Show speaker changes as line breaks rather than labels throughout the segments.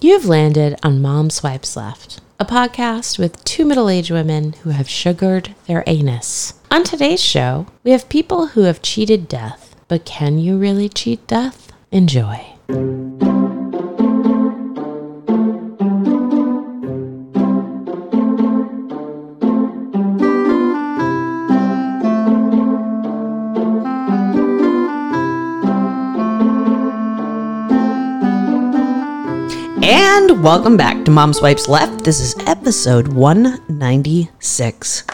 You've landed on Mom Swipes Left, a podcast with two middle aged women who have sugared their anus. On today's show, we have people who have cheated death, but can you really cheat death? Enjoy.
And welcome back to Mom Swipes Left. This is episode 196.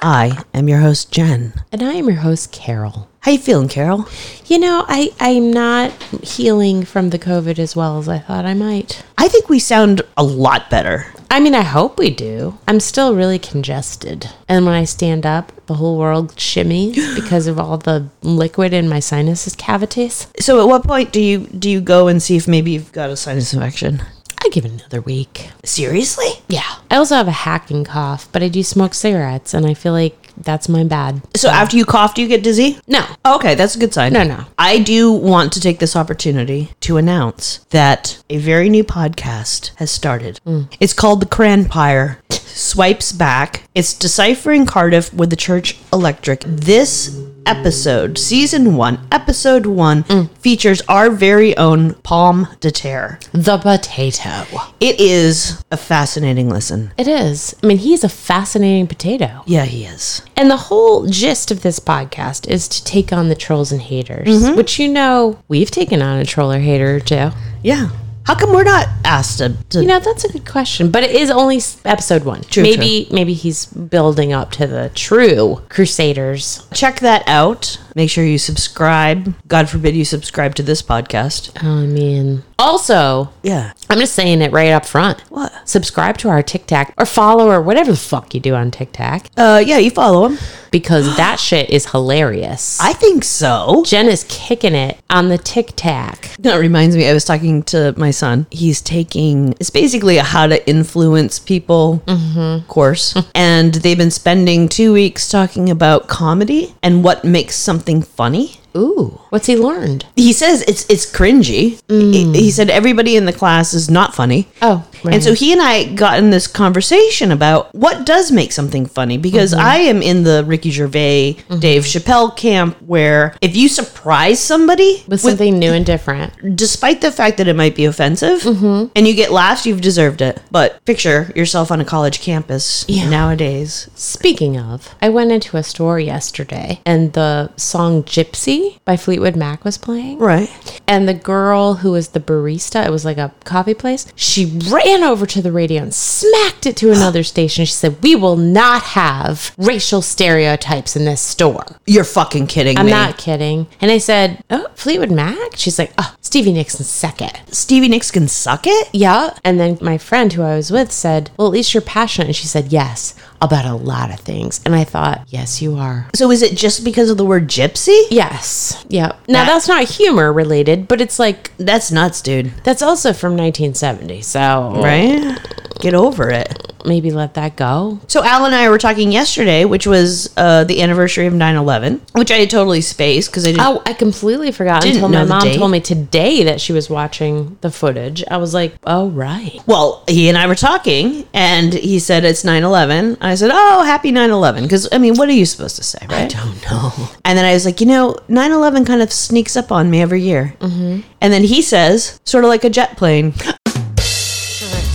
I am your host, Jen.
And I am your host, Carol.
How you feeling, Carol?
You know, I, I'm not healing from the COVID as well as I thought I might.
I think we sound a lot better.
I mean, I hope we do. I'm still really congested. And when I stand up, the whole world shimmies because of all the liquid in my sinuses cavities.
So at what point do you do you go and see if maybe you've got a sinus infection?
I give it another week.
Seriously?
Yeah. I also have a hacking cough, but I do smoke cigarettes and I feel like that's my bad.
So after you cough, do you get dizzy?
No.
Okay, that's a good sign.
No, no.
I do want to take this opportunity to announce that a very new podcast has started.
Mm.
It's called The Cranpire Swipes Back. It's deciphering Cardiff with the Church Electric. This episode, season one, episode one,
Mm.
features our very own Palm de Terre.
The potato.
It is a fascinating listen.
It is. I mean, he's a fascinating potato.
Yeah, he is.
And the whole gist of this podcast is to take on the trolls and haters, which you know we've taken on a troll or hater or two.
Yeah. How come we're not asked to, to
You know that's a good question, but it is only s- episode one.
True,
maybe maybe he's building up to the true crusaders.
check that out. Make sure you subscribe. God forbid you subscribe to this podcast.
I mean, also
Yeah.
I'm just saying it right up front.
What?
Subscribe to our Tic Tac or follow or whatever the fuck you do on Tic Tac
Uh, yeah, you follow him.
because that shit is hilarious.
I think so.
Jen is kicking it on the Tic Tac.
That reminds me, I was talking to my son. He's taking, it's basically a how to influence people Mm-hmm. course. and they've been spending two weeks talking about comedy and what makes something funny.
Ooh, what's he learned?
He says it's it's cringy. He, he said everybody in the class is not funny.
Oh, right.
And so he and I got in this conversation about what does make something funny because
Mm-hmm.
I am in the Ricky Gervais, Dave Chappelle camp where if you surprise somebody
with something new and different.
despite the fact that it might be offensive
Mm-hmm.
and you get laughs, you've deserved it. But picture yourself on a college campus nowadays.
Speaking of, I went into a store yesterday and the song Gypsy by Fleetwood Mac was playing.
Right.
And the girl who was the barista, it was like a coffee place, she ran over to the radio and smacked it to another station. She said, We will not have racial stereotypes in this store.
You're fucking kidding
I'm
me.
not kidding. And I said, Oh, Fleetwood Mac? She's like, Oh, Stevie Nicks second.
Stevie Nicks can suck it?
Yeah. And then my friend who I was with said, Well, at least you're passionate. And she said, Yes, about a lot of things. And I thought, Yes, you are.
So is it just because of the word gypsy?
Yes. Yeah. Now
That-
that's not humor related, but it's like
That's nuts, dude.
that's also from 1970. So
Right? Get over it.
maybe let that go.
So Al and I were talking yesterday, which was uh, the anniversary of 9-11, which I had totally spaced because I didn't.
Oh, I completely forgot
Didn't
until my
know the
mom
date.
told me today that she was watching the footage. I was like, "Oh right."
Well, he and I were talking, and he said it's 9-11. I said, oh, happy 9-11. Because, I mean, what are you supposed to say, right?
don't know.
And then I was like, you know, 9-11 kind of sneaks up on me every year. Mm-hmm. And then he says, sort of like a jet plane.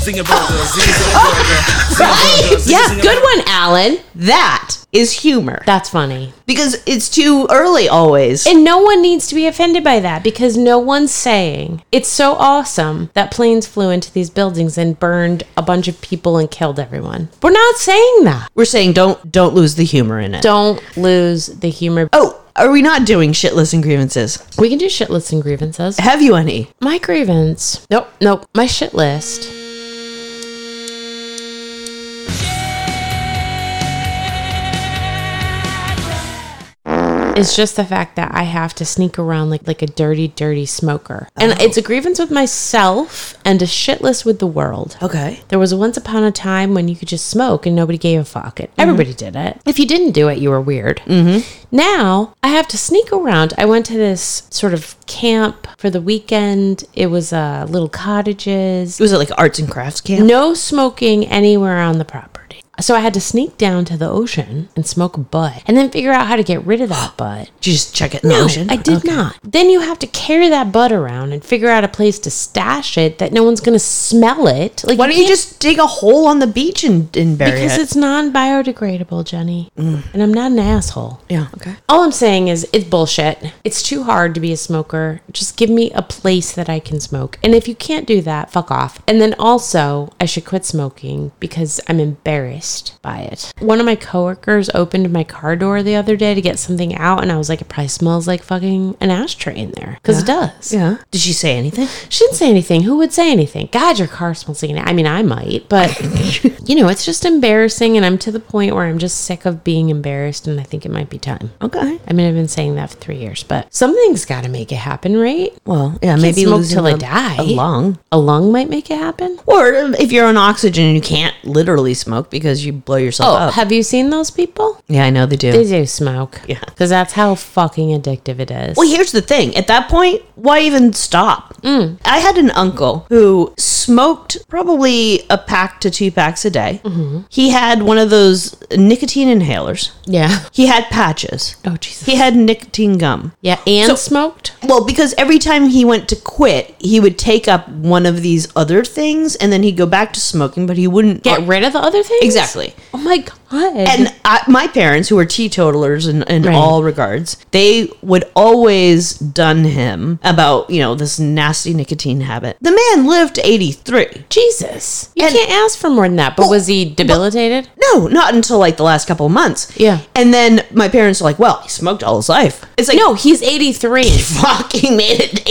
Sing a burger, sing a burger.
Yeah,
Good one, Alan.
That is humor.
That's funny.
Because it's too early always.
And no one needs to be offended by that because no one's saying it's so awesome that planes flew into these buildings and burned a bunch of people and killed everyone. We're not saying that.
we're saying don't don't lose the humor in it.
Don't lose the humor.
Oh, are we not doing shitless and grievances?
We can do shit lists and grievances.
Have you any?
My grievance. Nope, nope. My shit list. It's just the fact that I have to sneak around like like a dirty, dirty smoker, and it's a grievance with myself and a shit list with the world.
Okay.
There was once upon a time when you could just smoke and nobody gave a fuck.
Mm-hmm.
It everybody did it. If you didn't do it, you were weird. Mm-hmm. Now I have to sneak around. I went to this sort of camp for the weekend. It was uh, little cottages.
Was it like arts and crafts camp?
No smoking anywhere on the property. So I had to sneak down to the ocean and smoke a butt, and then figure out how to get rid of that butt.
Did you just check it in the
No,
ocean?
I did not. Then you have to carry that butt around and figure out a place to stash it that no one's going to smell it. Like
Why don't you
can't-
just dig a hole on the beach and, and bury
because
it?
it's non-biodegradable, Jenny,
Mm.
and I'm not an asshole.
yeah. Okay.
All I'm saying is it's bullshit. It's too hard to be a smoker. Just give me a place that I can smoke. And if you can't do that, fuck off. And then also, I should quit smoking because I'm embarrassed by it. One of my coworkers opened my car door the other day to get something out, and I was like, it probably smells like fucking an ashtray in there because it does.
Yeah. Did she say anything?
She didn't say anything. Who would say anything? God, your car smells like an. I mean, I might, but you know, it's just embarrassing, and I'm to the point where I'm just sick of being embarrassed, and I think it might be time.
Okay.
I mean, I've been saying that for three years, but something's got to make it happen, right?
Well, yeah, maybe
smoke
losing
till I
a-
die.
A lung.
A lung might make it happen.
Or um, if you're on oxygen and you can't literally smoke because you blow yourself
Oh,
up.
have you seen those people?
yeah, I know they do.
They do smoke.
Yeah.
Because that's how fucking addictive it is.
Well, here's the thing. At that point, why even stop?
Mm.
I had an uncle who smoked probably a pack to two packs a day.
Mm-hmm.
He had one of those nicotine inhalers.
yeah.
He had patches.
Oh, Jesus.
He had nicotine gum.
yeah, and
So- uh,
smoked?
Well, because every time he went to quit, he would take up one of these other things and then he'd go back to smoking, but he wouldn't
Get rid of the other things?
Exactly.
Oh, my God.
And I, my parents, who were teetotalers in, in
Right.
all regards, they would always dun him about, you know, this nasty nicotine habit. The man lived to 83.
Jesus. You
And-
can't ask for more than that. But
Well,
was he debilitated?
No, not until like the last couple of months.
Yeah.
And then my parents were like, well, he smoked all his life. It's like,
no, he's 83.
fucking made it to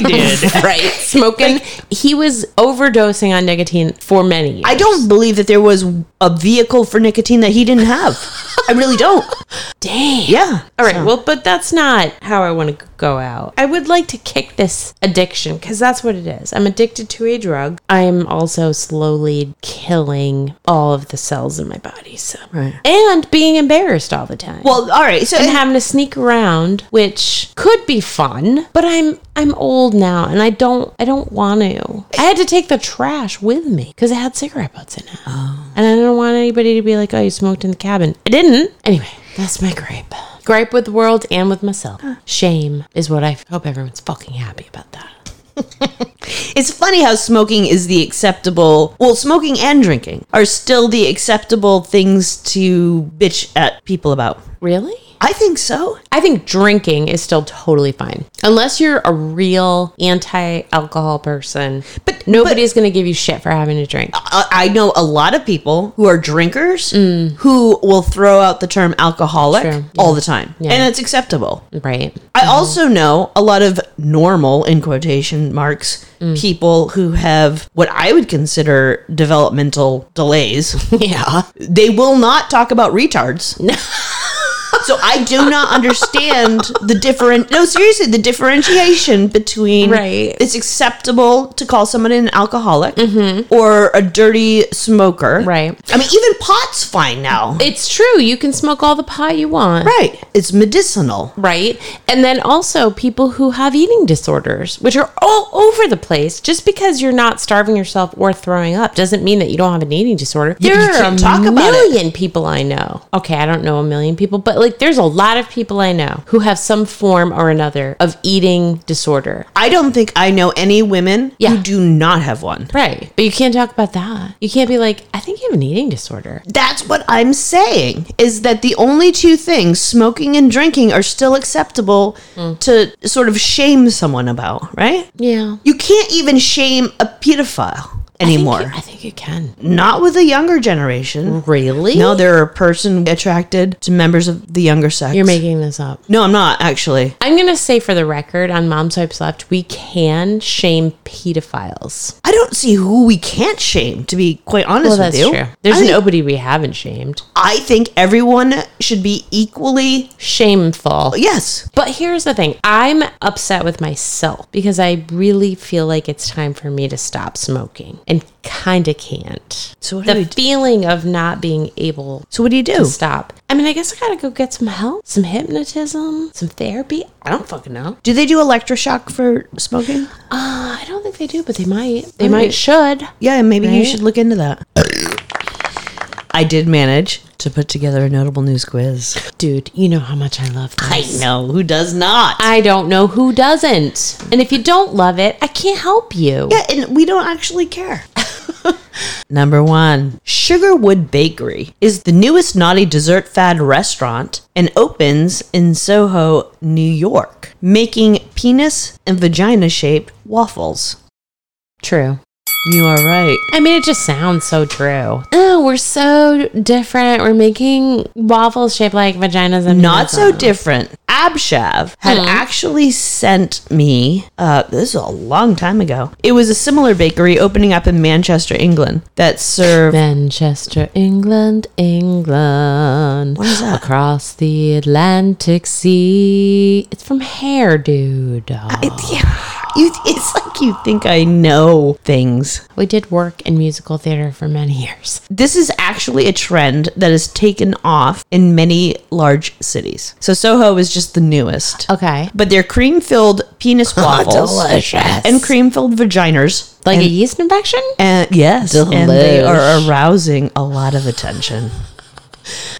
dude.
right. Smoking. he was overdosing on nicotine for many years.
I don't believe that there was a vehicle for nicotine that he didn't have. I really don't.
Dang.
Yeah.
All right. Well, but that's not how I want to go out. I would like to kick this addiction because that's what it is. I'm addicted to a drug. I'm also slowly killing all of the cells in my body. So,
Right.
and being embarrassed all the time.
Well, all right. So
and having to sneak around, which could be fun, but I'm I'm old now and I don't I don't want to. I had to take the trash with me because it had cigarette butts in it,
Oh.
and I didn't want anybody to be like, "Oh, you smoked in the cabin." I didn't. Anyway, that's my gripe. Gripe with the world and with myself. Shame is what I hope everyone's fucking happy about that.
It's funny how smoking is the acceptable. Well, smoking and drinking are still the acceptable things to bitch at people about.
Really?
I think so.
I think drinking is still totally fine. Unless you're a real anti alcohol person.
But- but- Ah.
nobody's going to give you shit for having a drink.
I, I know a lot of people who are drinkers who will throw out the term alcoholic
Mm. True, yeah.
all the time, and it's acceptable.
Right.
I also know a lot of normal, in quotation marks,
Mm.
people who have what I would consider developmental delays.
Yeah.
they will not talk about retards. so I do not understand the different. No, seriously, the differentiation between
Right.
It's acceptable to call someone an alcoholic or a dirty smoker,
Mm-hmm. Right.
I mean, even pot's fine now,
It's true. You can smoke all the pot you want.
right? It's medicinal.
Right? And then also people who have eating disorders, which are all over the place. Just because you're not starving yourself or throwing up doesn't mean that you don't have an eating disorder.
Yeah, but you
there are a
can't talk about it.
million people I know. Okay, I don't know a million people, but like there's a lot of people I know who have some form or another of eating disorder.
I don't think I know any women
Yeah.
who do not have one.
Right. But you can't talk about that. You can't be like, I think you have an eating disorder.
That's what I'm saying is that the only two things, smoking and drinking, are still acceptable
Hmm.
to sort of shame someone about, right?
Yeah.
You can't even shame a pedophile. anymore.
I think you can.
Not with the younger generation.
Really?
No, they're a person attracted to members of the younger sex.
You're making this up.
no, I'm not actually.
I'm going to say for the record on Mom Swipes Left, we can shame pedophiles.
I don't see who we can't shame. To be quite honest
Well,
with
that's
you,
true. There's
I think,
nobody we haven't shamed.
I think everyone should be equally.
Shameful.
Yes,
But here's the thing I'm upset with myself because I really feel like it's time for me to stop smoking and kind of can't.
So what do
the
we do?
feeling of not being able
So what do you
to
do?
stop. I mean, I guess I gotta go get some help, some hypnotism, some therapy. I don't fucking know.
Do they do electroshock for smoking?
Uh, I don't think they do, but they might. They might should.
Yeah, maybe you
Right?
should look into that. I did manage to put together a notable news quiz.
Dude, you know how much I love this.
I know who does not.
I don't know who doesn't. And if you don't love it, I can't help you.
Yeah, and we don't actually care. Number one, Sugarwood Bakery is the newest naughty dessert fad restaurant and opens in Soho, New York, making penis and vagina shaped waffles.
True.
You are right.
I mean, it just sounds so true. Oh, we're so different. We're making waffles shaped like vaginas and
Not so
different.
different. Abshav had
Hmm.
actually sent me, uh, this is a long time ago. It was a similar bakery opening up in Manchester, England that served
Manchester, England, England.
What is that?
Across the Atlantic Sea. It's from Hair Dude.
It's, yeah, you, it's like you think I know things.
we did work in musical theater for many years.
This is actually a trend that is taken off in many large cities. So Soho is just the newest.
Okay. Oh,
But they're cream filled penis waffles.
delicious.
And cream filled vaginas.
Like a yeast infection?
And yes, and they are
Delish.
arousing a lot of attention.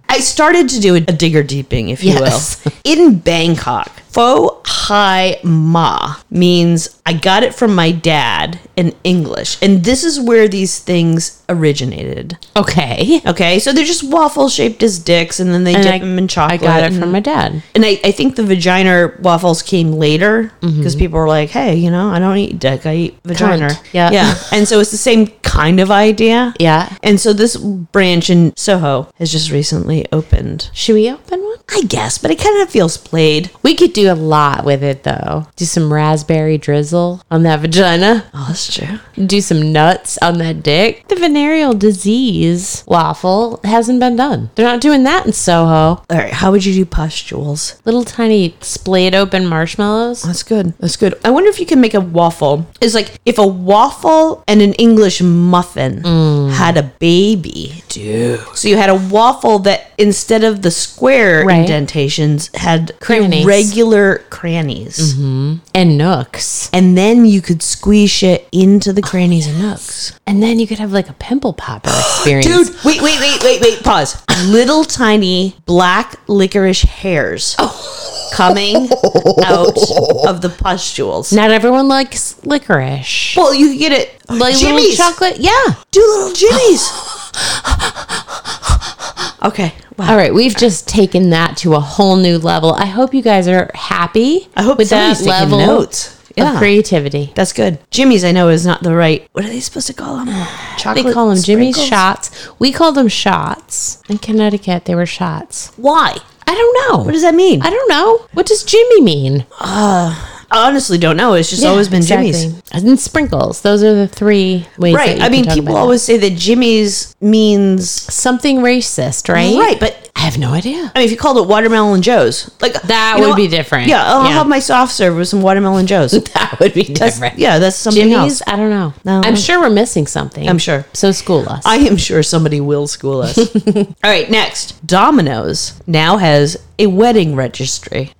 I started to do a, a digger deeping, if
Yes.
you will. In Bangkok, pho hai ma means I got it from my dad in English. And this is where these things originated.
Okay.
Okay, so they're just waffle shaped as dicks, and then they dip
I-
them in
I
chocolate.
got it
and-
from my dad.
and I, I think the vagina waffles came later because people were like, hey, you know, I don't eat dick, I eat vagina.
Cunt. Yeah.
Yeah. and so it's the same kind of idea.
Yeah.
And so this branch in Soho has just recently opened.
Should we open one?
I guess, but it kind of feels played.
We could do a lot with it though. Do some raspberry drizzle on that vagina.
Oh, that's true.
Do some nuts on that dick. The venereal disease waffle hasn't been done. They're not doing that in Soho.
All right, how would you do pustules?
Little tiny splayed open marshmallows.
That's good. That's good. I wonder if you can make a waffle. It's like if a waffle and an English muffin had a baby. Dude. So you had a waffle that instead of the square
Right.
indentations had
Crannies.
irregular crannies.
And nooks.
And then you could squeeze it into the crannies and nooks.
And then you could have like a pimple popper experience.
Dude, wait, wait, wait, wait, wait. Pause. Little tiny black licorice hairs coming out of the pustules.
Not everyone likes licorice.
well, you could get it.
Like little
Jimmy's.
chocolate. Yeah.
Do little jimmies. okay. Wow.
All right, we've just taken that to a whole new level. I hope you guys are happy.
I hope
with that
somebody's taking
level
notes.
of
Yeah.
creativity.
That's good. Jimmy's, I know, is not the right. What are they supposed to call them?
They
Chocolate.
call them Jimmy's
sprinkles?
shots. We call them shots. In Connecticut, they were shots.
Why?
I don't know.
What does that mean?
I don't know. What does Jimmy mean?
I honestly don't know. It's just always been Jimmy's.
And sprinkles. Those are the three ways. that
Right.
you
I
can
mean,
talk
people
about
always say that Jimmy's means.
that. something racist, right?
Right. But
I have no idea.
I mean, if you called it Watermelon Joe's, like
That
you know
would
what?
be different.
Yeah. I'll
Yeah.
have my soft serve with some Watermelon Joe's.
That would be
That's- yeah. That's something
Jimmy's.
else.
I don't know.
No.
I'm sure we're missing something.
I'm sure.
So school us.
I am sure somebody will school us. All right, next. Domino's now has a wedding registry.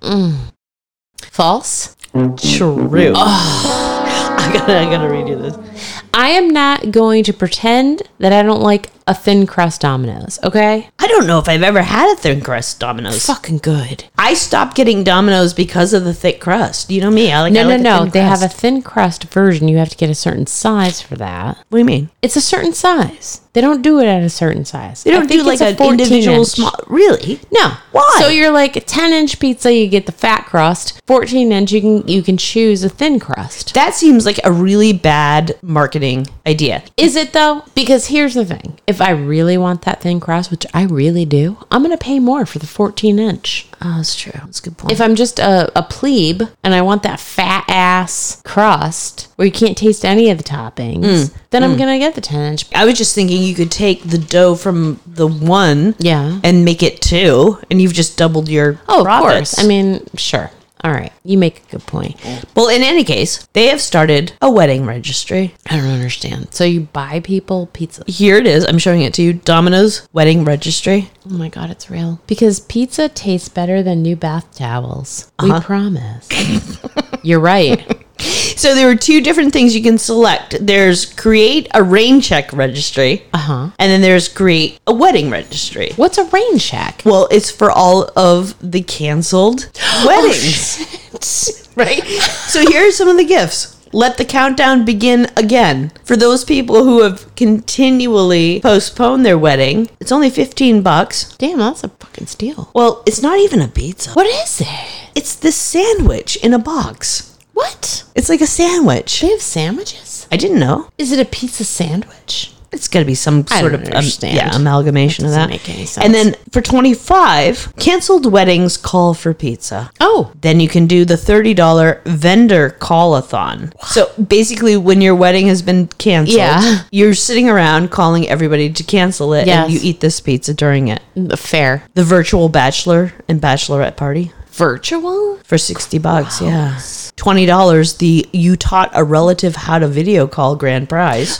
False.
True. I gotta, I gotta redo this.
I am not going to pretend that I don't like a thin crust Domino's. Okay.
I I don't know if I've ever had a thin crust Domino's.
Fucking good.
I stopped getting Domino's because of the thick crust. You know me. I like I
No,
like
no,
a
no.
thin
They have
crust.
a thin crust version. You have to get a certain size for that.
What do you mean?
It's a certain size. They don't do it at a certain size.
They don't do like an individual small. Really?
No.
Why?
So you're like a 10 inch pizza, you get the fat crust. 14 inch, you can you can choose a thin crust.
That seems like a really bad marketing idea.
Is it though? Because here's the thing: if I really want that thin crust, which I really do, I'm gonna pay more for the 14 inch.
Oh, that's true. That's a good point.
If I'm just a, a plebe and I want that fat ass crust where you can't taste any of the toppings, then I'm gonna get the 10 inch.
I was just thinking you could take the dough from the one
Yeah.
and make it two, and you've just doubled your
Mm-hmm. Oh,
profits.
of course. I mean, sure. All right, you make a good point.
well, in any case, they have started a wedding registry.
I don't understand. So you buy people pizza.
Here it is. I'm showing it to you. Domino's wedding registry.
Oh my god, it's real. Because pizza tastes better than new bath towels. We promise. You're right.
So there are two different things you can select. There's create a rain check registry,
Uh-huh.
and then there's create a wedding registry.
What's a rain check?
Well, it's for all of the canceled
Oh,
weddings, right? So here are some of the gifts. Let the countdown begin again. For those people who have continually postponed their wedding, it's only 15 bucks.
Damn, that's a fucking steal.
Well, it's not even a pizza.
What is it?
It's this sandwich in a box.
What?
It's like a sandwich.
They have sandwiches?
I didn't know.
Is it a pizza sandwich?
It's got to be some
I
sort
don't
of um,
understand.
yeah, amalgamation
That
of
doesn't
that.
make any sense.
And then for 25, canceled weddings call for pizza.
Oh.
Then you can do the $30 vendor call-a-thon. So basically when your wedding has been canceled,
Yeah.
you're sitting around calling everybody to cancel it
Yes.
and you eat this pizza during it.
Fair.
The virtual bachelor and bachelorette party
Virtual?
for 60 bucks, yeah. $20 the you taught a relative how to video call grand prize.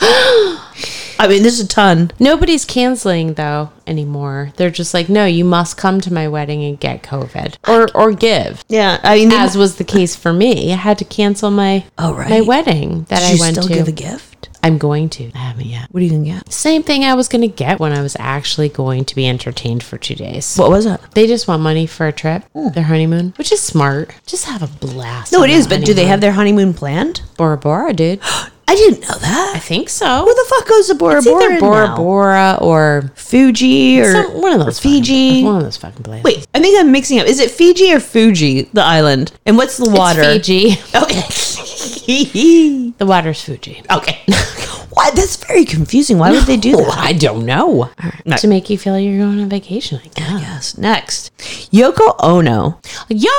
I mean, there's a ton.
Nobody's canceling though anymore. They're just like, no, you must come to my wedding and get COVID or or give.
Yeah, I mean,
As was the case for me, I had to cancel my
Oh, right.
my wedding that
did
I
you
went
still
to.
give a gift?
I'm going to. I haven't yet.
What are you gonna get?
Same thing I was going to get when I was actually going to be entertained for two days.
What was it?
They just want money for a trip, their honeymoon, which is smart. Hmm. Just have a blast.
No,
on
it is.
that
But do they
honeymoon.
have their honeymoon planned?
Bora Bora, dude?
I didn't know that.
I think so.
Who the fuck goes to Bora
it's
Bora
either Bora
now?
Bora or
Fuji or
some, one of those fucking-
Fiji.
one of those fucking places.
Wait, I think I'm mixing up. Is it Fiji or Fuji, the island? And what's the water?
It's Fiji.
Okay.
The water's Fuji.
okay. Why? That's very confusing. Why would they do that?
I don't know.
No.
To make you feel you're going on vacation. I guess.
Yes. Next, Yoko Ono
Yeah.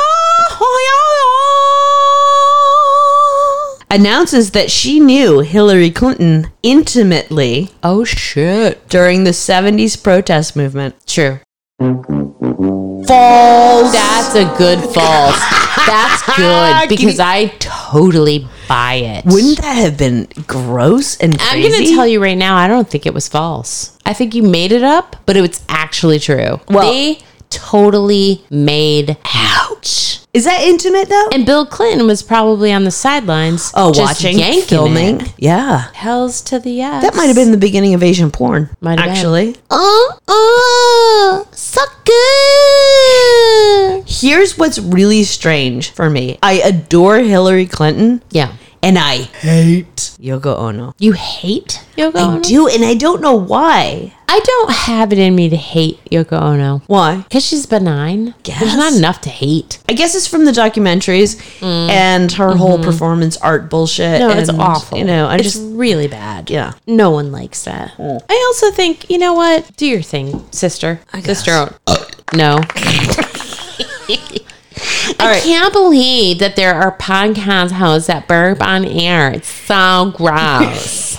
announces that she knew Hillary Clinton intimately
Oh shit.
during the 70s protest movement.
True.
False.
That's a good false. That's good
Give me-
because I totally buy it.
Wouldn't that have been gross and
I'm
crazy?
going to tell you right now, I don't think it was false. I think you made it up, but it's actually true.
Well-
they totally made out.
Is that intimate though?
And Bill Clinton was probably on the sidelines.
oh,
just
watching,
yanking
filming.
it.
Yeah.
Hells to the yes.
That might have been the beginning of Asian porn.
Might have been.
actually.
Uh, uh, sucker.
Here's what's really strange for me. I adore Hillary Clinton
Yeah.
and I hate Yoko Ono.
You hate Yoko
I
Ono?
do, and I don't know why.
I don't have it in me to hate Yoko Ono.
Why?
Because she's benign. There's
Guess.
not enough to hate.
I guess it's from the documentaries and her whole performance art bullshit.
Mm. Mm-hmm. No,
and,
it's awful.
You know, I
it's
just
really bad.
yeah.
No one likes that. I also think, you know what? Do your thing, sister.
guess.
Sister. no. I
right.
can't believe that there are podcast hosts that burp on air. It's so gross.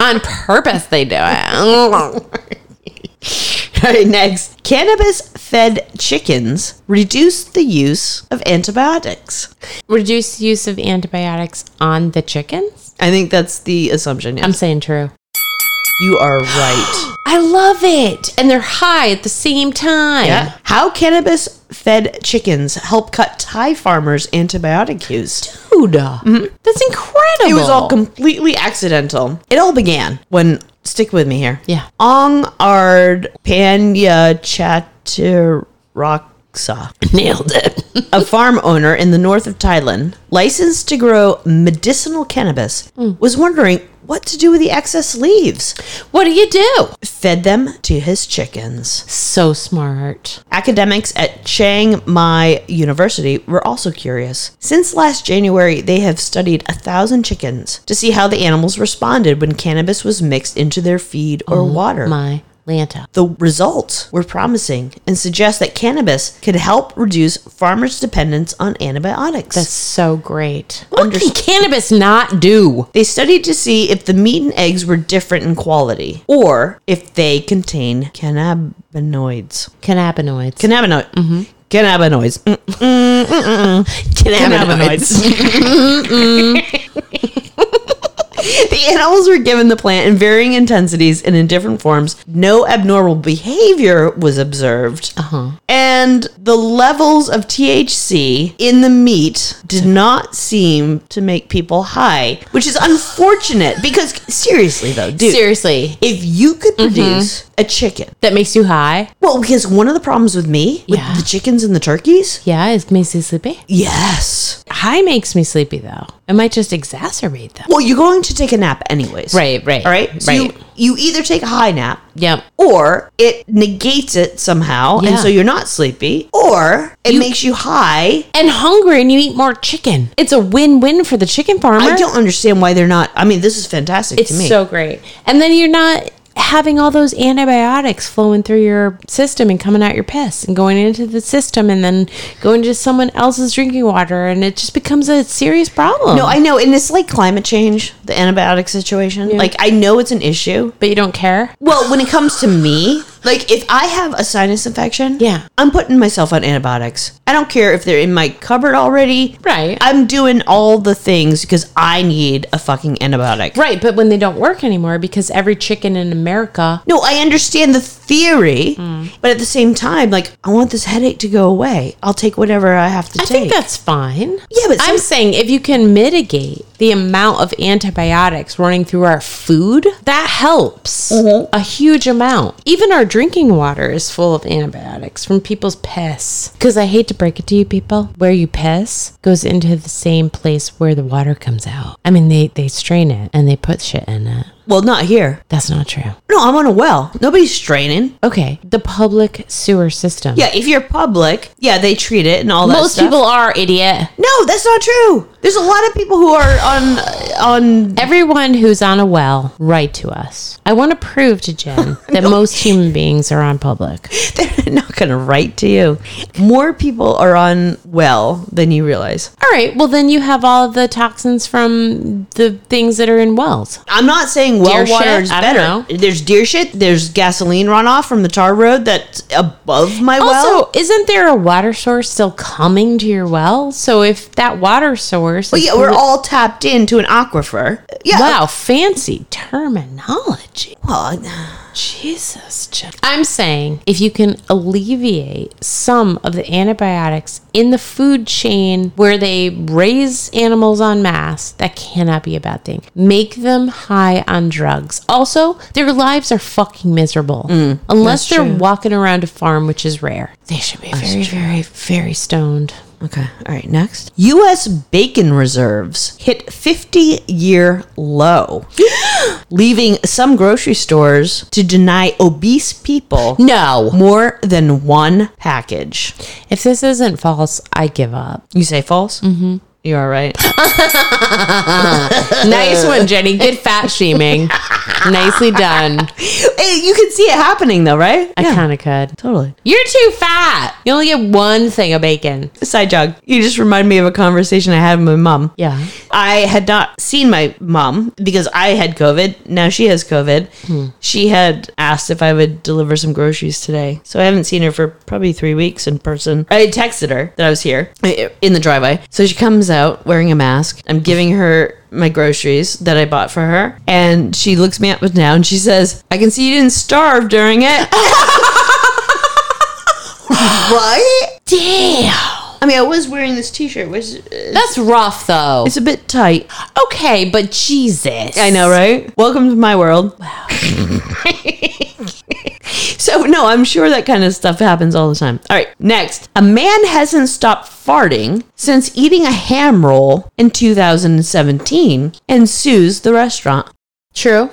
on purpose, they do it.
All right, next, cannabis-fed chickens reduce the use of antibiotics.
Reduce use of antibiotics on the chickens?
I think that's the assumption. Yes.
I'm saying true.
you are right.
I love it. And they're high at the same time.
yeah. How cannabis-fed chickens help cut Thai farmers' antibiotic use?
Mm-hmm. Dude, that's incredible.
It was all completely accidental. It all began when stick with me here.
Yeah.
Ong Ard Panya Chattiraksa,
Nailed it.
a farm owner in the north of Thailand, licensed to grow medicinal cannabis, was wondering what to do with the excess leaves.
What do you do?
Fed them to his chickens.
So smart.
Academics at Chiang Mai University were also curious. Since last January, they have studied a thousand chickens to see how the animals responded when cannabis was mixed into their feed or water.
My Lanta.
The results were promising and suggest that cannabis could help reduce farmers' dependence on antibiotics.
That's so great. What
Under-
can cannabis not do?
they studied to see if the meat and eggs were different in quality or if they contain cannabinoids.
Cannabinoids.
Cannabinoid. Cannabinoids. Mm. the animals were given the plant in varying intensities and in different forms. No abnormal behavior was observed. Uh-huh. And the levels of THC in the meat did not seem to make people high, which is unfortunate because seriously though, dude,
Seriously.
if you could produce a chicken,
That makes you high?
well, because one of the problems with me, with
Yeah.
the chickens and the turkeys,
Yeah, it makes you sleepy.
yes.
High makes me sleepy though. It might just exacerbate them.
Well, you're going to take a nap anyways.
Right, right,
All right. So
right.
You, you either take a high nap
Yep.
or it negates it somehow and
Yeah.
so you're not sleepy or it makes you high
And hungry and you eat more chicken. It's a win-win for the chicken farmer.
i don't understand why they're not i mean this is fantastic to me
It's so great. And then you're not having all those antibiotics flowing through your system and coming out your piss and going into the system and then going to someone else's drinking water and it just becomes a serious problem.
no i know and it's like climate change the antibiotic situation like i know it's an issue
but you don't care.
well when it comes to me like if i have a sinus infection
Yeah.
i'm putting myself on antibiotics i don't care if they're in my cupboard already
Right.
i'm doing all the things because i need a fucking antibiotic
Right, but when they don't work anymore because every chicken in America
No, I understand the theory,
Hmm.
but at the same time, like I want this headache to go away. I'll take whatever I have to
I
take.
think that's fine.
Yeah, but
I'm
some-
saying if you can mitigate the amount of antibiotics running through our food, that helps a huge amount. Even our drinking water is full of antibiotics from people's piss. Because I hate to break it to you people, where you piss goes into the same place where the water comes out. I mean, they, they strain it and they put shit in it.
well, not here.
That's not true.
No, I'm on a well. Nobody's straining.
Okay, the public sewer system.
Yeah, if you're public, yeah, they treat it and all that.
Most
stuff.
people are idiot.
No, that's not true. There's a lot of people who are on on.
Everyone who's on a well, write to us. I want to prove to Jen that most human beings are on public.
They're not going to write to you. More people are on well than you realize.
All right, well, then you have all the toxins from the things that are in wells.
I'm not saying well
Deer
water
shit?
is
I don't
better. There's deer shit. There's gasoline runoff from the tar road that's above my well.
also, isn't there a water source still coming to your well? So if that water source.
Well,
is
yeah, we're
pollu-
all tapped into an aquifer. Yeah.
Wow, fancy terminology.
Well,
Jesus. Jen. I'm saying if you can alleviate some of the antibiotics in the food chain where they raise animals en masse, that cannot be a bad thing. Make them high on drugs. Also, their lives are fucking miserable. Unless they're walking around a farm, which is rare. They should be very, very, very stoned.
okay. All right. Next. U.S. bacon reserves hit 50 year low, leaving some grocery stores to deny obese people
No.
more than one package.
If this isn't false, I give up.
You say false? Mm hmm. You all right?
nice one, Jenny. Good fat shaming. Nicely done.
hey, you can see it happening though, right?
I kind of could.
Totally.
You're too fat. You only get one thing of bacon.
Side jog. You just remind me of a conversation I had with my mom.
Yeah.
I had not seen my mom because I had COVID. Now she has COVID. She had asked if I would deliver some groceries today. So I haven't seen her for probably three weeks in person. I had texted her that I was here eh, in the driveway. So she comes out wearing a mask. I'm giving her my groceries that I bought for her. And she looks me up and down and she says, I can see you didn't starve during it. right?
Damn.
I mean, I was wearing this T-shirt. Was uh,
That's rough, though.
it's a bit tight.
okay, but Jesus.
I know, right? Welcome to my world. Wow. so, no, I'm sure that kind of stuff happens all the time. All right, next. A man hasn't stopped farting since eating a ham roll in 2017 and sues the restaurant.
True.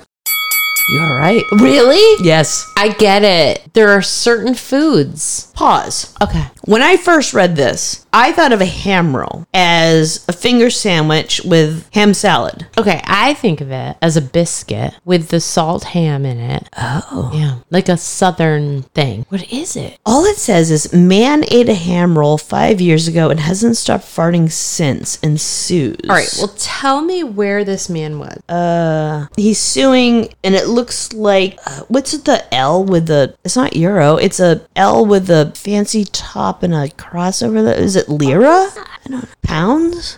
You all right?
Really?
Yes.
I get it. There are certain foods.
Pause.
Okay.
When I first read this, I thought of a ham roll as a finger sandwich with ham salad.
Okay, I think of it as a biscuit with the salt ham in it.
Oh.
Yeah, like a southern thing. What is it?
All it says is man ate a ham roll five years ago and hasn't stopped farting since and sues.
All right, well, tell me where this man was. Uh,
he's suing, and it looks like uh, what's the L with the? It's not euro. It's a L with a fancy top and a cross over the. Is it lira? I don't know. Pounds.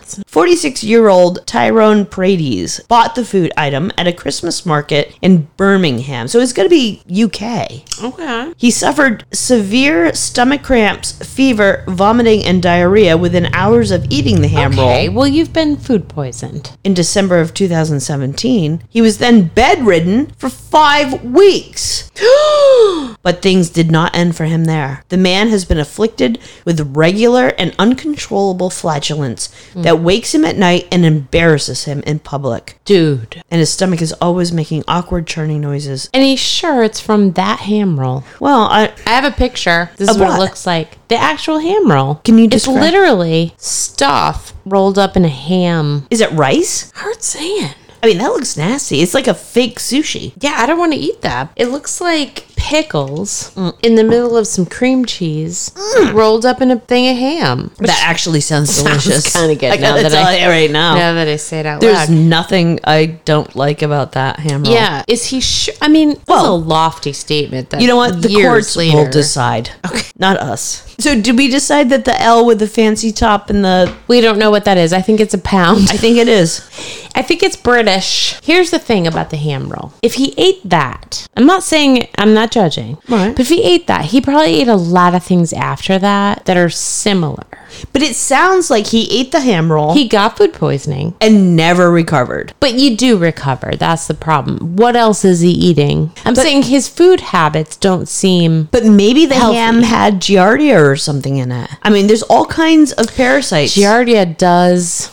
Forty-six-year-old Tyrone Prades bought the food item at a Christmas market in Birmingham, so it's going to be UK.
Okay.
He suffered severe stomach cramps, fever, vomiting, and diarrhea within hours of eating the ham
Okay,
roll
well, you've been food poisoned.
in December of 2017. He was then bedridden for five weeks. but things did not end for him there. The man has been afflicted with regular and uncontrollable flatulence that wakes him at night and embarrasses him in public.
Dude.
And his stomach is always making awkward churning noises.
And he's sure it's from that ham roll.
Well, I,
I have a picture. This is
Of
what?
what?
it looks like. The actual ham roll.
Can you
It's
describe-
literally stuff rolled up in a ham.
is it rice?
Hard saying.
I mean, that looks nasty. It's like a fake sushi.
Yeah, I don't want to eat that. It looks like pickles in the middle of some cream cheese rolled up in a thing of ham.
that actually sounds delicious.
kinda good
I
now
gotta
that
tell
I-
you right now.
Now that I say it out
There's
loud.
nothing I don't like about that ham roll.
Yeah, is he sure? I mean, that's a
Well-
lofty statement. That
You know what? The
years
courts
later,
will decide. Okay. Not us. So did we decide that the L with the fancy top and the
We don't know what that is. I think it's a pound.
I think it is.
I think it's British. Here's the thing about the ham roll. If he ate that, I'm not saying I'm not judging,
Right.
but if he ate that, he probably ate a lot of things after that that are similar.
But it sounds like he ate the ham roll
He got food poisoning,
and never recovered.
but you do recover. That's the problem. What else is he eating? I'm saying his food habits don't seem.
But maybe the
Healthy.
ham had giardia or something in it. I mean, there's all kinds of parasites.
Giardia does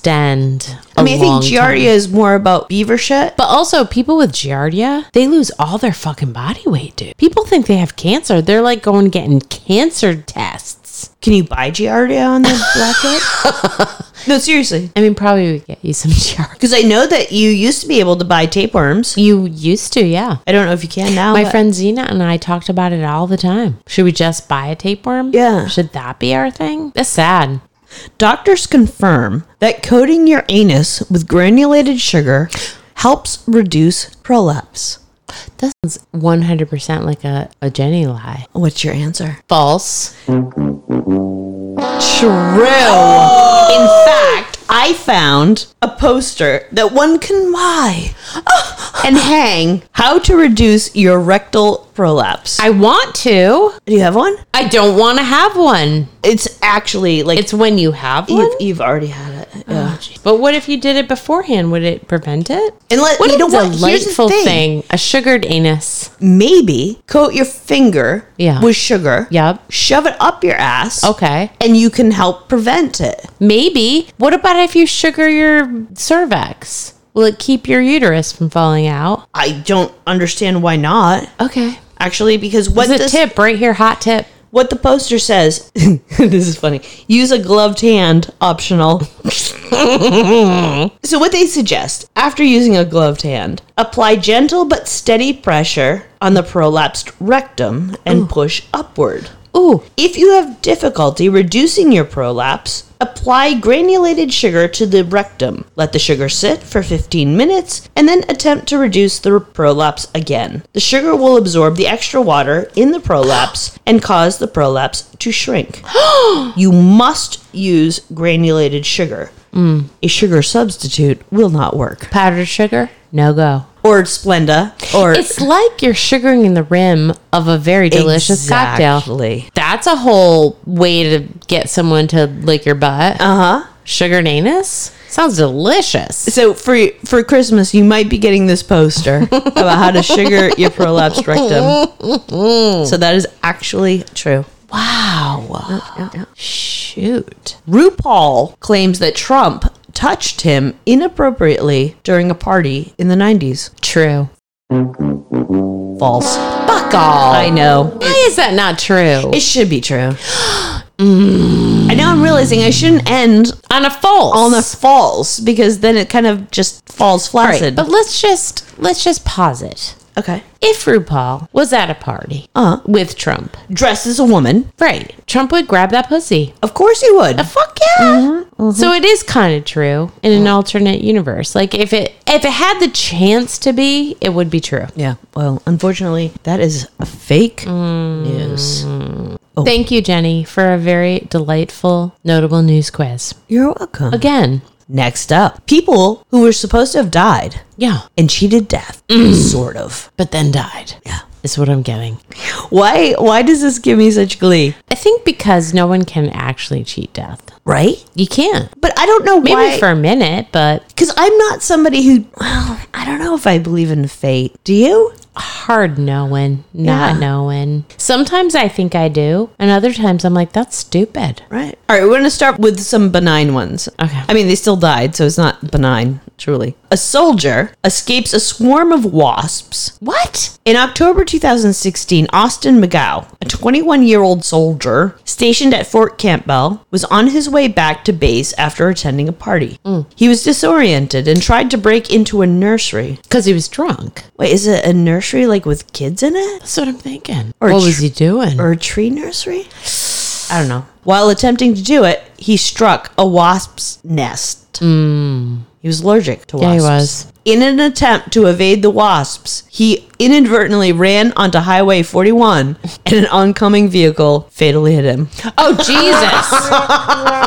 extend.
I mean, I think
Giardia.
giardia is more about beaver shit.
But also, people with giardia, they lose all their fucking body weight, dude. People think they have cancer. They're like going and getting cancer tests.
Can you buy giardia on the black market? no, seriously.
I mean, probably we get you some giardia.
Because I know that you used to be able to buy tapeworms.
You used to, yeah.
I don't know if you can now.
My
but-
friend Zena and I talked about it all the time. Should we just buy a tapeworm?
Yeah.
Should that be our thing? That's sad.
Doctors confirm that coating your anus with granulated sugar helps reduce prolapse.
That sounds 100% like a, a Jenny lie.
What's your answer?
False.
True. In fact, I found a poster that one can buy
Oh.
and hang how to reduce your rectal prolapse.
I want to.
Do you have one?
I don't want to have one.
It's actually like
It's when you have one. Oh,
you've, you've already had it. Yeah.
But what if you did it beforehand? Would it prevent it?
Unless-
what
you
a
know what? Here's the
delightful
thing.
thing. A sugared anus.
Maybe coat your finger
Yeah. Oh.
with sugar.
Yep.
Shove it up your ass.
Okay.
and you can help prevent it.
Maybe. What about if you sugar your cervix? Will it keep your uterus from falling out?
I don't understand why not.
Okay.
Actually, because what
It's a
this,
tip right here, hot tip.
what the poster says, this is funny. Use a gloved hand, optional. so what they suggest after using a gloved hand, apply gentle but steady pressure on the prolapsed rectum and push upward.
Ooh.
If you have difficulty reducing your prolapse, apply granulated sugar to the rectum. Let the sugar sit for 15 minutes and then attempt to reduce the prolapse again. The sugar will absorb the extra water in the prolapse and cause the prolapse to shrink. you must use
Mm.
granulated sugar. A sugar substitute will not work.
Powdered sugar? No go.
or Splenda or
It's like you're sugaring in the rim of a very delicious cocktail.
Exactly.
That's a whole way to get someone to lick your butt. Uh
Uh-huh.
huh. Sugar and anus sounds delicious.
So for for Christmas, you might be getting this poster about how to sugar your prolapsed rectum. So that is actually true.
Wow. Shoot.
RuPaul claims that Trump touched him inappropriately during a party in the 90s.
True.
False.
Fuck all.
I know.
Why is that not true?
It should be true. Mm. And now I'm realizing I shouldn't end
on a false.
on a false because then it kind of just falls flaccid.
But let's just let's just pause it.
okay.
If RuPaul was at a party
Uh-huh.
with Trump,
Dressed as a woman.
right? Trump would grab that pussy.
Of course you would.
Fuck yeah! Mm-hmm. So it is kind of true in an alternate universe. Like if it if it had the chance to be, it would be true.
Yeah. Well, unfortunately, that is a fake news.
Mm. Thank you, Jenny, for a very delightful, notable news quiz.
You're welcome.
Again,
Next up, people who were supposed to have died
yeah,
and cheated death,
Mm.
sort of.
but then died.
Yeah.
is what I'm getting.
Why? Why does this give me such glee?
I think because no one can actually cheat death.
Right?
You can't.
But I don't know
Maybe
why.
for a minute, but
Because I'm not somebody who. Well, I don't know if I believe in fate. Do you?
hard knowing, not
Yeah.
knowing. Sometimes I think I do, and other times I'm like, that's stupid.
Right. All right. We're going to start with some benign ones.
Okay.
I mean, they still died, so it's not benign. Truly, a soldier escapes a swarm of wasps
What?
In October 2016, Austin McGow, a 21 year old soldier stationed at Fort Campbell, was on his way back to base after attending a party. He was disoriented and tried to break into a nursery.
Because he was drunk.
Wait, is it a nursery like with kids in it?
That's what I'm thinking.
Or
what
tr-
was he doing?
Or a tree nursery? I don't know. While attempting to do it, he struck a wasp's nest. He was allergic to
Hmm.
wasps.
Yeah, he was.
In an attempt to evade the wasps, he inadvertently ran onto Highway 41 and an oncoming vehicle fatally hit him.
oh, Jesus. I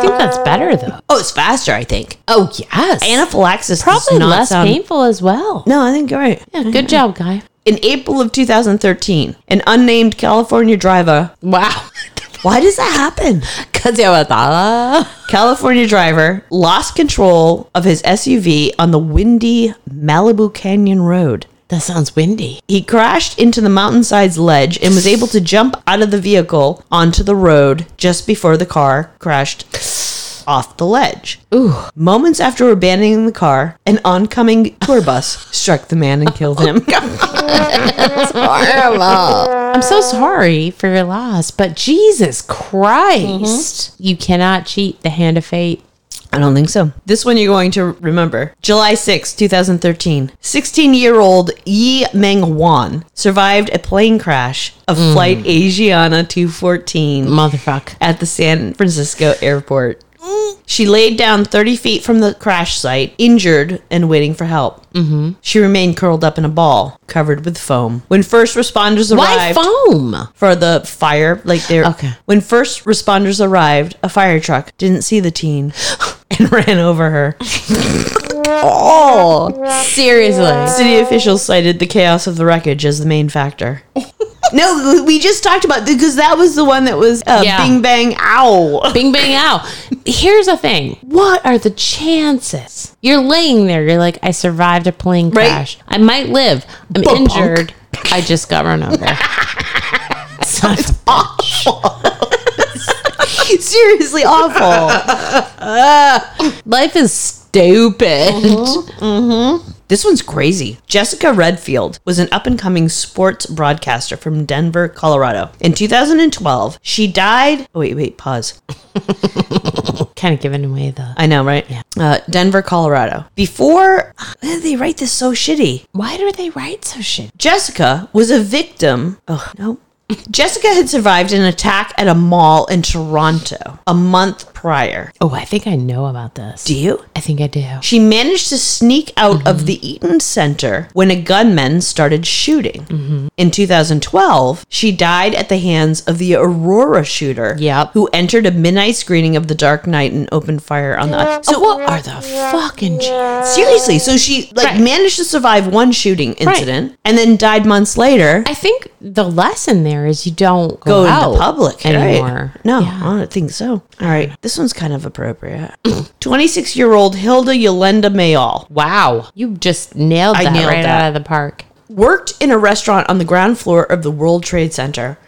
think that's better, though.
Oh, it's faster, I think.
Oh, yes. And
Anaphylaxis
probably
does not
less
sound-
painful as well.
No, I think you're right.
Yeah, good job, guy.
In April of 2013, an unnamed California driver.
Wow.
Why does that happen?
Because you were dollar.
California driver lost control of his SUV on the windy Malibu Canyon Road.
That sounds windy.
He crashed into the mountainside's ledge and was able to jump out of the vehicle onto the road just before the car crashed off the ledge. Ooh. Moments after abandoning the car, an oncoming tour bus struck the man and killed him.
I'm so sorry for your loss, but Jesus Christ. You cannot cheat the hand of fate.
I don't think so. This one you're going to remember. July 6, 2013. 16 year old Yi Meng Wan survived a plane crash of
Mm.
Flight Asiana 214
Motherfuck.
at the San Francisco airport. She laid down 30 feet from the crash site, injured and waiting for help. Mm-hmm. She remained curled up in a ball, covered with foam. When first responders
Why
arrived
foam?
for the fire, like they
Okay.
When first responders arrived, a fire truck didn't see the teen and ran over her.
Oh, seriously.
City officials cited the chaos of the wreckage as the main factor. no, we just talked about because that was the one that was uh,
Yeah.
bing bang ow.
Bing, bang, ow. Here's the thing. What are the chances? You're laying there. You're like, I survived a plane
Right.
crash. I might live. I'm
Ba-bonk.
injured. I just got run over. Son of a-
Seriously awful.
Life is stupid.
This one's crazy. Jessica Redfield was an up and coming sports broadcaster from Denver, Colorado. In 2012, she died. Oh, wait, wait, pause.
Kind of giving away the.
I know, right? Uh, Denver, Colorado. Before why did they write this so shitty,
Why do they write so shit?
Jessica was a victim. Oh, no. Jessica had survived an attack at a mall in Toronto a month prior.
Oh, I think I know about this.
Do you?
I think I do.
She managed to sneak out of the Eaton Center when a gunman started shooting. In 2012, she died at the hands of the Aurora shooter,
Yep.
who entered a midnight screening of The Dark Knight and opened fire on the. So,
Oh, what are the fucking chances?
seriously, so she like
Right.
managed to survive one shooting incident and then died months later.
I think the lesson there is you don't
go
go, out
in the public right?
anymore.
No,
Yeah.
I don't think so. All right, this one's kind of appropriate. 26 year old Hilda Yolanda Mayall
Wow. You just nailed
I
that
nailed
right
that.
out of the park.
worked in a restaurant on the ground floor of the World Trade Center.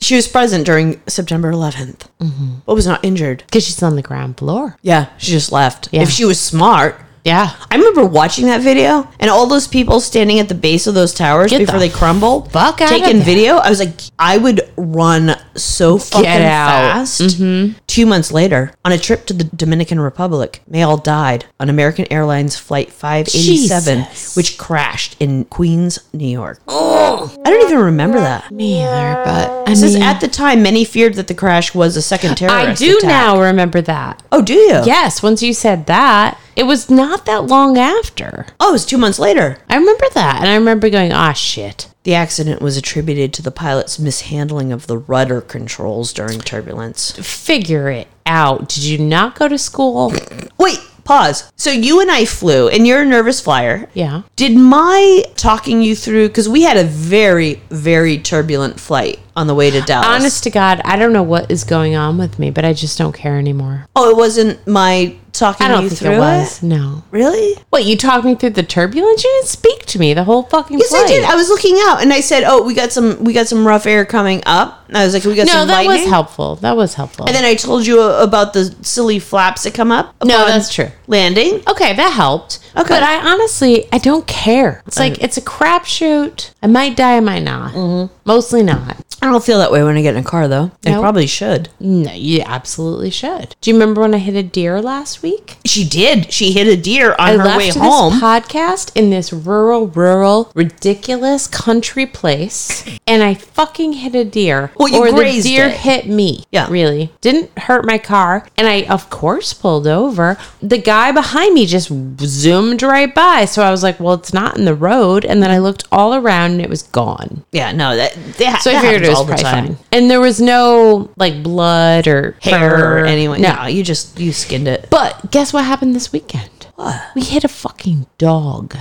She was present during September 11th,
Mm-hmm.
but was not injured.
Because she's on the ground floor.
Yeah, she just left.
Yeah.
If she was smart,
Yeah.
I remember watching that video and all those people standing at the base of those towers
Get
before
the
they crumble,
fuck out of
taking
there.
video. I was like, I would run so fucking
out. Mm-hmm.
fast. Two months later, on a trip to the Dominican Republic, Mayall died on American Airlines Flight 587,
Jesus.
which crashed in Queens, New York. I don't even remember that.
Me either, but I
Since
mean,
at the time, many feared that the crash was a second terrorist
I do
attack.
now remember that.
Oh, do you?
Yes, once you said that, it was not that long after.
Oh, it was two months later.
I remember that, and I remember going, "Ah, shit."
The accident was attributed to the pilot's mishandling of the rudder controls during turbulence.
Figure it out. Did you not go to school?
Wait, pause. So you and I flew, and you're a nervous flyer.
Yeah.
Did my talking you through, because we had a very, very turbulent flight on the way to Dallas.
Honest to God, I don't know what is going on with me, but I just don't care anymore.
Oh, it wasn't my talking
I don't
you
think
through
it was. No.
Really?
What, you talked me through the turbulence? You didn't speak to me the whole fucking
Yes, I
flight.
did. I was looking out, and I said, "Oh, we got some, we got some rough air coming up." And I was like, "We got
no,
some
that
lightning."
was helpful. That was helpful.
And then I told you about the silly flaps that come up.
No,
upon
that's true.
Landing.
okay, that helped.
Okay.
But I honestly, I don't Mm-hmm. care. It's like, it's a crapshoot. I might die, I might not. Mostly not.
I don't feel that way when I get in a car, though. I
No.
probably should.
No, you absolutely should. Do you remember when I hit a deer last week?
She did. She hit a deer on
I
her
left
way
this
home.
podcast in this rural, rural, ridiculous country place, and I fucking hit a deer.
Well, you
or the
grazed
deer
it.
hit me.
Yeah.
really didn't hurt my car, and I of course pulled over. The guy behind me just zoomed right by, so I was like, "Well, it's not in the road." And then I looked all around, and it was gone.
yeah, no, that, that
So I
that
figured it
happens
was
all the
probably
time.
fine, and there was no like blood or
Hair
fur.
or anyone?
No,
No. you just you skinned it.
but guess what happened this weekend? What? We hit a fucking dog.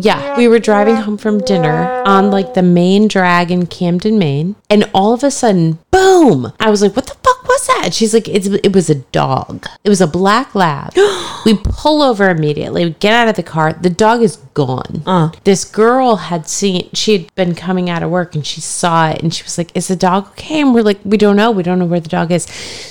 yeah, we were driving home from dinner on like the main drag in Camden, Maine, and all of a sudden, boom! I was like, "What the fuck was that?" And she's like, it's, "It was a dog. It was a black lab." we pull over immediately. We get out of the car. The dog is gone. This girl had seen. She had been coming out of work and she saw it, and she was like, "Is the dog okay?" And we're like, "We don't know. We don't know where the dog is."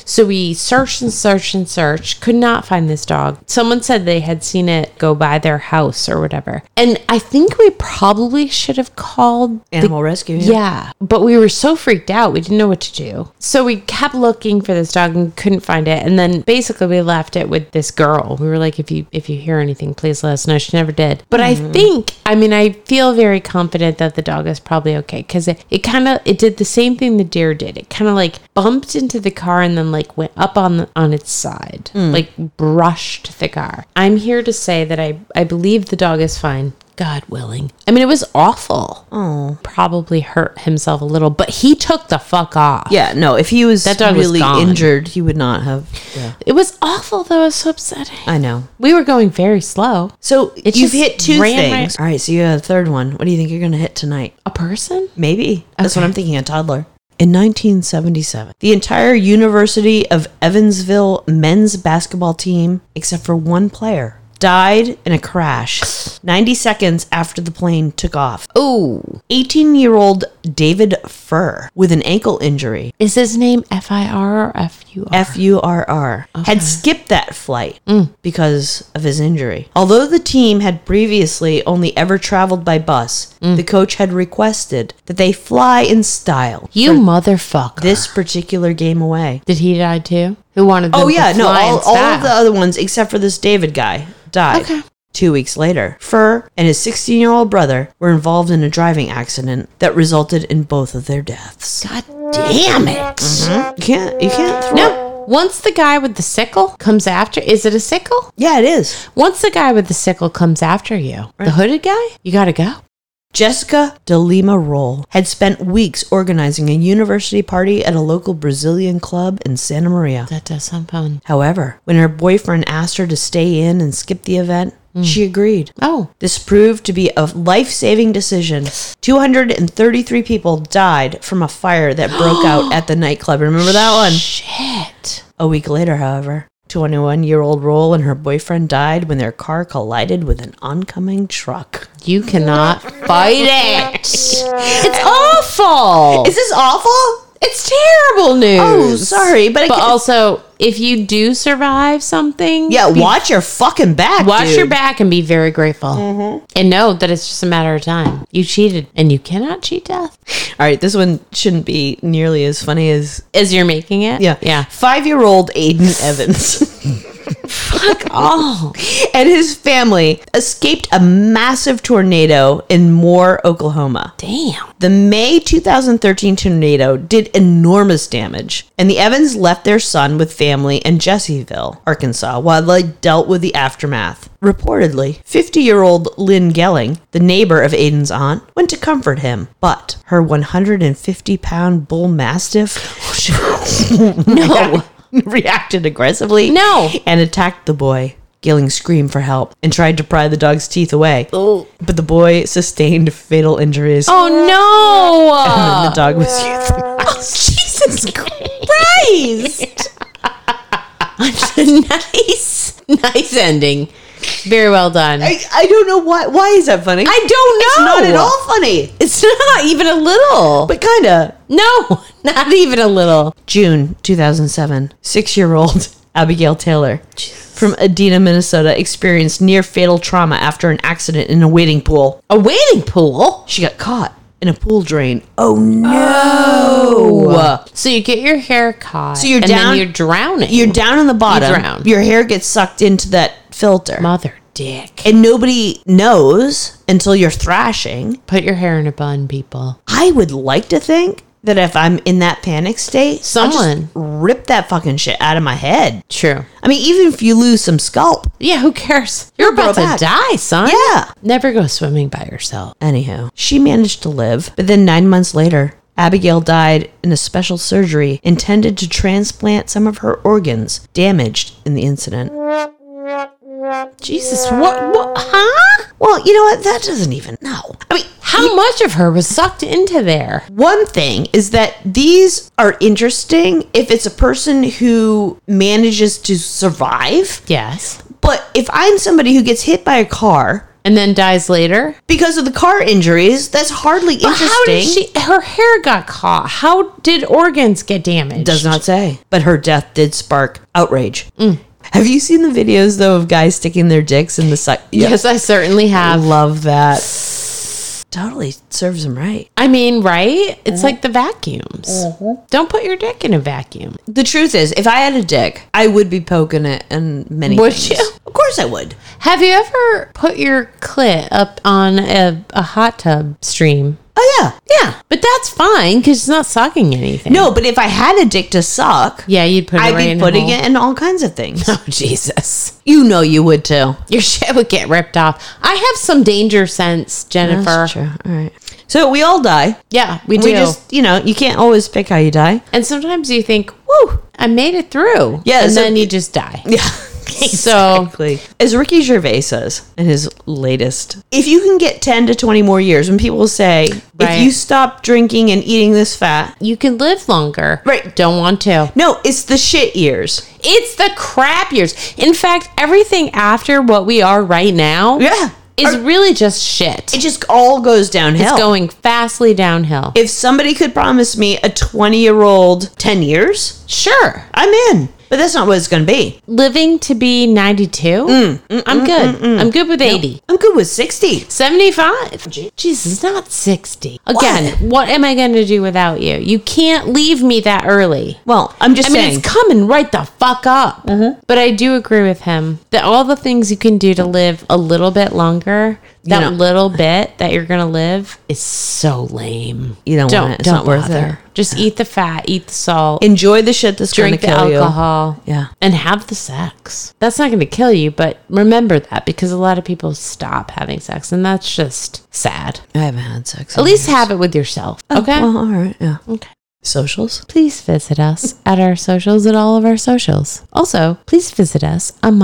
So we searched and searched and searched. Could not find this dog. Someone said they had seen it go by their house or whatever. And I think we probably should have called
Animal rescue.
yeah. But we were so freaked out. We didn't know what to do. So we kept looking for this dog and couldn't find it. And then basically we left it with this girl. We were like, if you if you hear anything, please let us know. She never did. But I think I mean I feel very confident that the dog is probably okay. Cause it, it kinda it did the same thing the deer did. It kinda like bumped into the car and then like went up on the, on its side. Like brushed the car. I'm here to say that I, I believe the dog is fine. God willing. I mean, it was awful. Oh. Probably hurt himself a little, but he took the fuck off.
Yeah, no. If he was
That dog was
really
gone.
injured, he would not have. Yeah,
It was awful, though. It was so upsetting.
I know.
We were going very slow.
So
It
you've
just
hit two
ran
things.
right-
All right, so you have a third one. What do you think you're going to hit tonight?
A person?
Maybe. That's what
Okay.
I'm thinking, a toddler. In 1977, the entire University of Evansville men's basketball team, except for one player, died in a crash 90 seconds after the plane took off.
Ooh.
18 year old David Furr, with an ankle injury,
Is his name F I R or F U R?
F U R R, had skipped that flight
Mm.
because of his injury. Although the team had previously only ever traveled by bus,
Mm.
the coach had requested that they fly in style.
You motherfucker.
this particular game away.
Did he die too? Who wanted them
Oh yeah,
to
no,
fly
all,
in
all
style?
of the other ones except for this David guy died.
Okay.
Two weeks later, Furr and his 16 year old brother were involved in a driving accident that resulted in both of their deaths.
God damn it.
Mm-hmm. You can't, you can't throw,
No. Once the guy with the sickle comes after, is it a sickle?
Yeah, it is.
Once the guy with the sickle comes after you, the hooded guy, you gotta go.
Jessica de Lima Roll had spent weeks organizing a university party at a local Brazilian club in Santa Maria.
That does sound fun.
However, when her boyfriend asked her to stay in and skip the event, she agreed.
Oh,
This proved to be a life saving decision. 233 people died from a fire that broke out at the nightclub. Remember that one?
shit.
A week later, however, 21 year old Roll and her boyfriend died when their car collided with an oncoming truck.
You cannot fight it. It's awful.
Is this awful?
It's terrible news.
Oh, sorry, but I
but
can-
also if you do survive something,
Yeah,
be-
watch your fucking back.
watch
dude. Mm-hmm.
your back and be very grateful, and know that it's just a matter of time. You cheated, and you cannot cheat death
All right, this one shouldn't be nearly as funny as.
as you're making it.
Yeah.
yeah.
Five year old Aiden Evans.
Oh,
and his family escaped a massive tornado in Moore, Oklahoma.
damn.
The May 2013 tornado did enormous damage, and the Evans left their son with family in Jesseville, Arkansas, while they dealt with the aftermath. Reportedly, 50 year old Lynn Gelling, the neighbor of Aiden's aunt, went to comfort him, but her 150 pound bull mastiff Oh
No.
reacted aggressively
No.
and attacked the boy. Gilling screamed for help and tried to pry the dog's teeth away, but the boy sustained fatal injuries.
Oh no.
And the dog was euthanized. Jesus Christ!
nice, nice ending. Very well done.
I, I don't know why. Why is that funny?
I don't
It's
know.
not at all funny,
It's not even a little.
but kinda.
no, not even a little.
June 2007, six year old Abigail Taylor from Adena, Minnesota, experienced near fatal trauma after an accident in a wading pool.
A wading pool.
She got caught in a pool drain. Oh no!
So you get your hair caught.
So you're
and
down-
Then you're drowning.
You're down on the bottom.
drown.
Your hair gets sucked into that filter.
mother dick.
and nobody knows until you're thrashing.
Put your hair in a bun, people.
I would like to think that if I'm in that panic state, I'll just
Someone.
rip that fucking shit out of my head.
True.
I mean, even if you lose some scalp.
Yeah. Who cares? You're
We'll
about to
grow back.
die, son.
Yeah.
Never go swimming by yourself.
Anyhow, she managed to live, but then nine months later, Abigail died in a special surgery intended to transplant some of her organs damaged in the incident.
Jesus. What? what huh?
Well, you know what? That doesn't even know. I mean,
How much of her was sucked into there?
One thing is that these are interesting if it's a person who manages to survive.
Yes.
But if I'm somebody who gets hit by a car
And then dies later.
because of the car injuries, that's hardly interesting.
How did she? Her hair got caught. How did organs get damaged?
Does not say. But her death did spark outrage.
Mm.
Have you seen the videos though of guys sticking their dicks in the suck?
Yes, I certainly
I
have.
love that. Totally serves them right.
I mean, right? It's like the vacuums. Don't put your dick in a vacuum.
The truth is, if I had a dick, I would be poking it and many.
Would
things.
you?
Of course, I would.
Have you ever put your clit up on a, a hot tub stream?
Oh yeah,
Yeah, but that's fine because it's not sucking anything.
No, but if I had a dick to suck,
Yeah, you'd put it
I'd
right in
be
the
putting
hole.
it in all kinds of things.
Oh Jesus!
you know you would too.
Your shit would get ripped off. I have some danger sense, Jennifer.
true. All right. So we all die.
Yeah, uh, we do.
We just, you know, you can't always pick how you die.
and sometimes you think, "Woo, I made it through."
Yeah,
and
so-
then you just die.
Yeah.
So-
exactly. As Ricky Gervais says in his latest, if you can get 10 to 20 more years, when people say,
Right.
if you stop drinking and eating this fat,
You can live longer.
Right.
Don't want to.
no, it's the shit years.
It's the crap years. In fact, everything after what we are right now
Yeah.
is
Or-
really just shit.
it just all goes downhill.
It's going fastly downhill.
if somebody could promise me a 20 year old 10 years,
sure.
I'm in. But that's not what it's going to be.
Living to be 92,
Mm,
I'm good. I'm good with 80.
I'm good with 60.
75? Jesus, not 60. Again, what, am I going to do without you? You can't leave me that early.
Well, I'm just
I mean,
saying.
it's coming right the fuck up.
Mm-hmm.
But I do agree with him that all the things you can do to live a little bit longer, That
know-
little bit that you're gonna live is so lame.
You don't,
Don't
want it. It's
don't
not worth
bother. Just eat the fat, eat the salt,
it. Enjoy the shit that's
drink the
gonna kill
alcohol,
you. Yeah.
and have the sex. That's not gonna kill you, but remember that because a lot of people stop having sex, and that's just sad.
I haven't had sex.
At least have it with yourself. Okay.
Oh, Well, all right. Yeah.
Okay.
Socials.
Please visit us at our socials at all of our socials. Also, please visit us on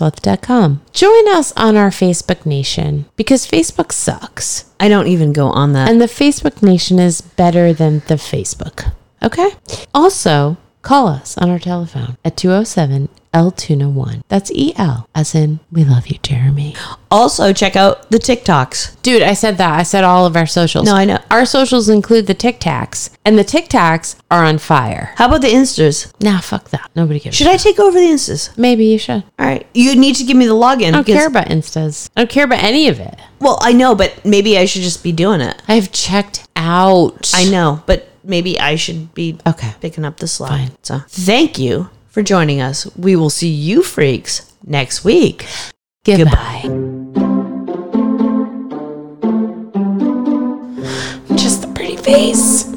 momsearchleft.com. Join us on our Facebook Nation because Facebook sucks.
I don't even go on that.
And the Facebook Nation is better than the Facebook. Okay? Also, call us on our telephone at 207 L Tuna 1. That's E L, as in, we love you, Jeremy.
also, check out the TikToks.
Dude, I said that. I said all of our socials.
No, I know.
Our socials include the Tic Tacs, and the Tic Tacs are on fire.
How about the Instas?
Nah, fuck that. Nobody gives a
Should I take over the Instas?
Maybe you should.
All right. You need to give me the login.
I don't care about instas. I don't care about any of it.
Well, I know, but maybe I should just be doing it.
I've checked out.
I know, but maybe I should be
Okay.
picking up the slack. So, thank you for joining us. We will see you freaks next week.
Goodbye. Just the pretty face.